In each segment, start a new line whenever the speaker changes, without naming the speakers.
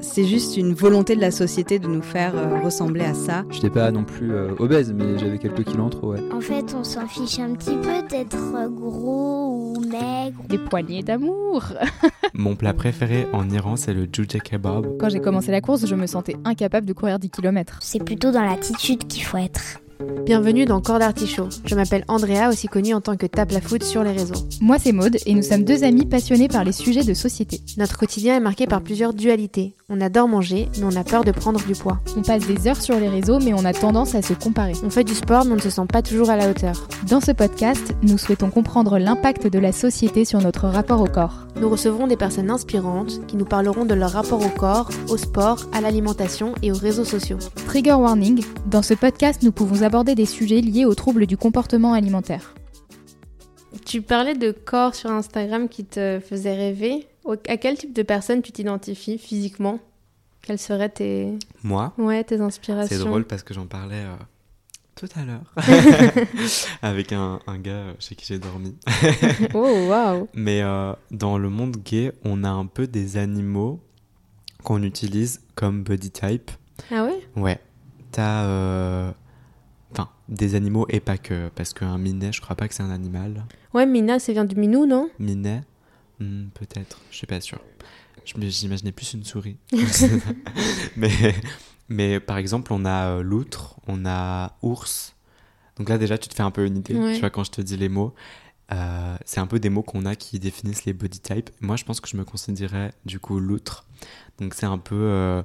C'est juste une volonté de la société de nous faire euh, ressembler à ça.
J'étais pas non plus euh, obèse, mais j'avais quelques kilos en trop, ouais.
En fait, on s'en fiche un petit peu d'être gros ou maigre.
Des poignées d'amour
Mon plat préféré en Iran, c'est le jujia kebab.
Quand j'ai commencé la course, je me sentais incapable de courir 10 km.
C'est plutôt dans l'attitude qu'il faut être.
Bienvenue dans Corps d'Artichaut. Je m'appelle Andrea, aussi connue en tant que tape la foot sur les réseaux.
Moi, c'est Maude et nous sommes deux amis passionnés par les sujets de société.
Notre quotidien est marqué par plusieurs dualités. On adore manger, mais on a peur de prendre du poids.
On passe des heures sur les réseaux, mais on a tendance à se comparer.
On fait du sport, mais on ne se sent pas toujours à la hauteur.
Dans ce podcast, nous souhaitons comprendre l'impact de la société sur notre rapport au corps.
Nous recevrons des personnes inspirantes qui nous parleront de leur rapport au corps, au sport, à l'alimentation et aux réseaux sociaux.
Trigger warning, dans ce podcast, nous pouvons aborder des sujets liés aux troubles du comportement alimentaire.
Tu parlais de corps sur Instagram qui te faisait rêver. Au- À quel type de personne tu t'identifies physiquement Quelles seraient tes,
Moi,
ouais, tes inspirations
c'est drôle parce que j'en parlais euh, tout à l'heure avec un, un gars euh, chez qui j'ai dormi.
Oh, waouh
Mais euh, dans le monde gay, on a un peu des animaux qu'on utilise comme body type.
Ah ouais
Ouais. T'as. euh, Enfin, des animaux et pas que. Parce qu'un minet, je crois pas que c'est un animal.
Ouais, Mina, ça vient du minou, non
Minet Hmm, Peut-être. Je suis pas sûr. Je me- J'imaginais plus une souris. mais, mais par exemple, on a euh, loutre, on a ours. Donc là, déjà, tu te fais un peu une idée.
Ouais.
Tu vois, quand je te dis les mots. euh, c'est un peu des mots qu'on a qui définissent les body types. Moi, je pense que je me considérais du coup loutre. Donc, c'est un peu euh,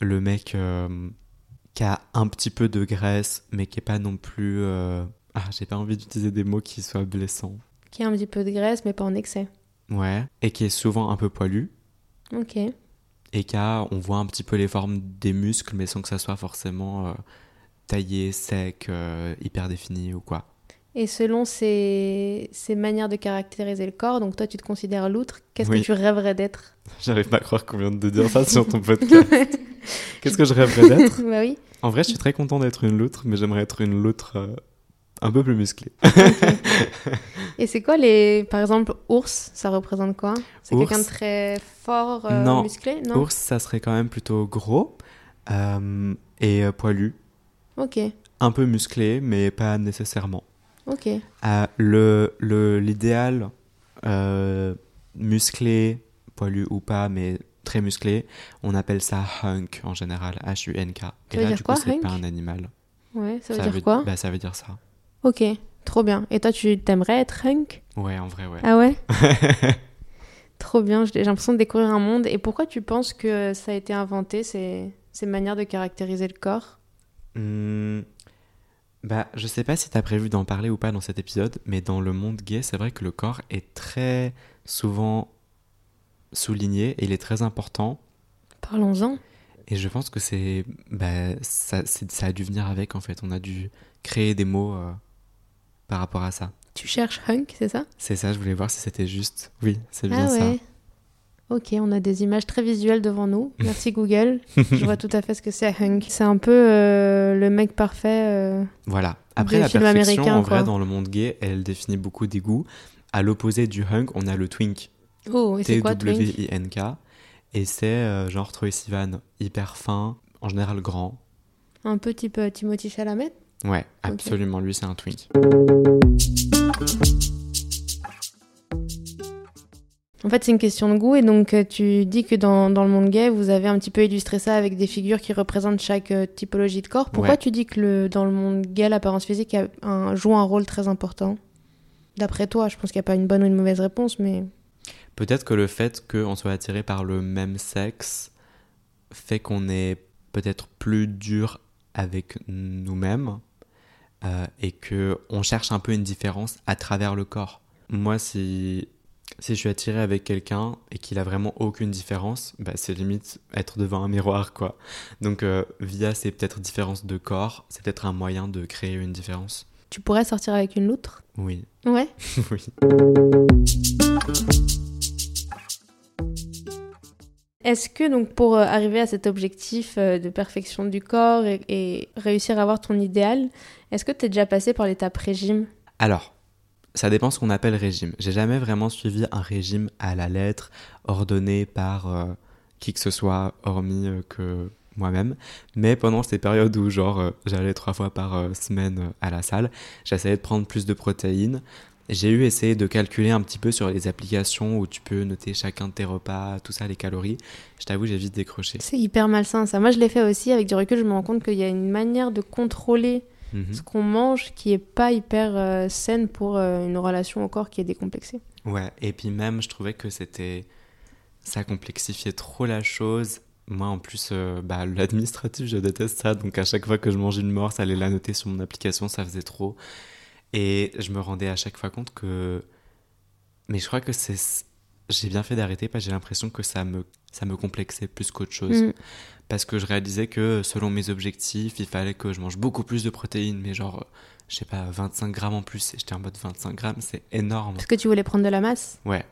le mec euh, qui a un petit peu de graisse, mais qui est pas non plus. euh, Ah, j'ai pas envie d'utiliser des mots qui soient blessants.
Qui a un petit peu de graisse, mais pas en excès.
Ouais. Et qui est souvent un peu poilu.
Ok.
Et qu'à, on voit un petit peu les formes des muscles, mais sans que ça soit forcément euh, taillé, sec, euh, hyper défini ou quoi.
Et selon ces, ces manières de caractériser le corps, donc toi tu te considères l'outre, qu'est-ce
Oui.
que tu rêverais d'être
J'arrive pas à croire qu'on vient de dire ça sur ton podcast. Qu'est-ce que je rêverais d'être
Bah oui.
En vrai, je suis très content d'être une loutre, mais j'aimerais être une loutre euh, un peu plus musclée.
Et c'est quoi les. Par exemple, ours, ça représente quoi C'est
Ours.
quelqu'un de très fort, euh,
Non.
musclé Non
Ours, ça serait quand même plutôt gros euh, et euh, poilu.
Ok,
Un peu musclé, mais pas nécessairement.
ok.
Ah, le le- l'idéal euh, musclé, poilu ou pas, mais très musclé, on appelle ça hunk en général, H-U-N-K.
Ça veut dire
du
quoi,
coup, c'est
hunk
pas un animal.
Ouais, ça veut dire quoi
bah, Ça veut dire ça.
Ok, trop bien. Et toi tu t'aimerais être hunk
Ouais, en vrai, ouais.
Ah ouais Trop bien, j'ai j'ai l'impression de découvrir un monde. Et pourquoi tu penses que ça a été inventé, ces, ces manières de caractériser le corps
Hmm, bah, je sais pas si t'as prévu d'en parler ou pas dans cet épisode, mais dans le monde gay, c'est vrai que le corps est très souvent souligné et il est très important.
Parlons-en.
Et je pense que c'est, bah, ça, c'est- ça a dû venir avec en fait. On a dû créer des mots euh, par rapport à ça.
Tu cherches hunk, c'est ça
C'est ça, je voulais voir si c'était juste. Oui, c'est bien
Ah ouais. Ok, on a des images très visuelles devant nous. Merci Google. Je vois tout à fait ce que c'est Hunk. C'est un peu euh, le mec parfait. euh.
ça. Voilà. Après,
Des
la
films
perfection,
américains,
en vrai,
quoi.
dans le monde gay, elle définit beaucoup des goûts. À l'opposé du hunk, on a le twink.
Oh, et c'est quoi Twink
T-W-I-N-K. Et c'est euh, genre Troy Sivan, hyper fin, en général grand.
Un peu type euh, Timothy Chalamet
Ouais, absolument, lui, c'est un twink.
En fait, c'est une question de goût. Et donc, euh, tu dis que dans, dans le monde gay, vous avez un petit peu illustré ça avec des figures qui représentent chaque euh, typologie de corps. Pourquoi
Ouais.
tu dis que le, dans le monde gay, l'apparence physique a un- joue un rôle très important D'après toi, je pense qu'il n'y a pas une bonne ou une mauvaise réponse, mais.
Peut-être que le fait qu'on soit attiré par le même sexe fait qu'on est peut-être plus dur avec nous-mêmes euh, et que on cherche un peu une différence à travers le corps. Moi, si, si je suis attiré avec quelqu'un et qu'il a vraiment aucune différence, bah, c'est limite être devant un miroir, quoi. Donc, euh, via ces peut-être différences de corps, c'est peut-être un moyen de créer une différence.
Tu pourrais sortir avec une loutre
Oui,
Ouais.
oui.
Est-ce que donc pour euh, arriver à cet objectif euh, de perfection du corps et, et réussir à avoir ton idéal, est-ce que tu es déjà passé par l'étape régime
Alors, ça dépend ce qu'on appelle régime. J'ai jamais vraiment suivi un régime à la lettre, ordonné par euh, qui que ce soit, hormis euh, que moi-même. Mais pendant ces périodes où, genre, euh, j'allais trois fois par euh, semaine euh, à la salle, j'essayais de prendre plus de protéines. J'ai eu essayé de calculer un petit peu sur les applications où tu peux noter chacun de tes repas, tout ça, les calories. Je t'avoue, j'ai vite décroché.
C'est hyper malsain ça. Moi je l'ai fait aussi avec du recul, je me rends compte qu'il y a une manière de contrôler
Mhm.
ce qu'on mange qui est pas hyper euh, saine pour euh, une relation au corps qui est décomplexée.
Ouais, et puis même, je trouvais que c'était. Ça complexifiait trop la chose. Moi, en plus, euh, bah, l'administratif, je déteste ça. Donc, à chaque fois que je mangeais une morse, aller la noter sur mon application, ça faisait trop. Et je me rendais à chaque fois compte que. Mais je crois que c'est. J'ai bien fait d'arrêter parce que j'ai l'impression que ça me, ça me complexait plus qu'autre chose.
Mm.
Parce que je réalisais que selon mes objectifs, il fallait que je mange beaucoup plus de protéines, mais genre, euh, je sais pas, 25 grammes en plus. Et j'étais en mode 25 grammes, c'est énorme.
Parce que tu voulais prendre de la masse.
Ouais.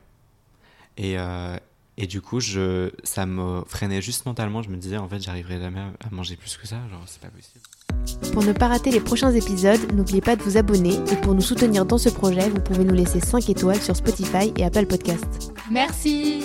Et, euh, et du coup, je, ça me freinait juste mentalement. Je me disais, en fait, j'arriverai jamais à- à manger plus que ça. Genre, c'est pas possible.
Pour ne pas rater les prochains épisodes, n'oubliez pas de vous abonner et pour nous soutenir dans ce projet, vous pouvez nous laisser 5 étoiles sur Spotify et Apple Podcasts.
Merci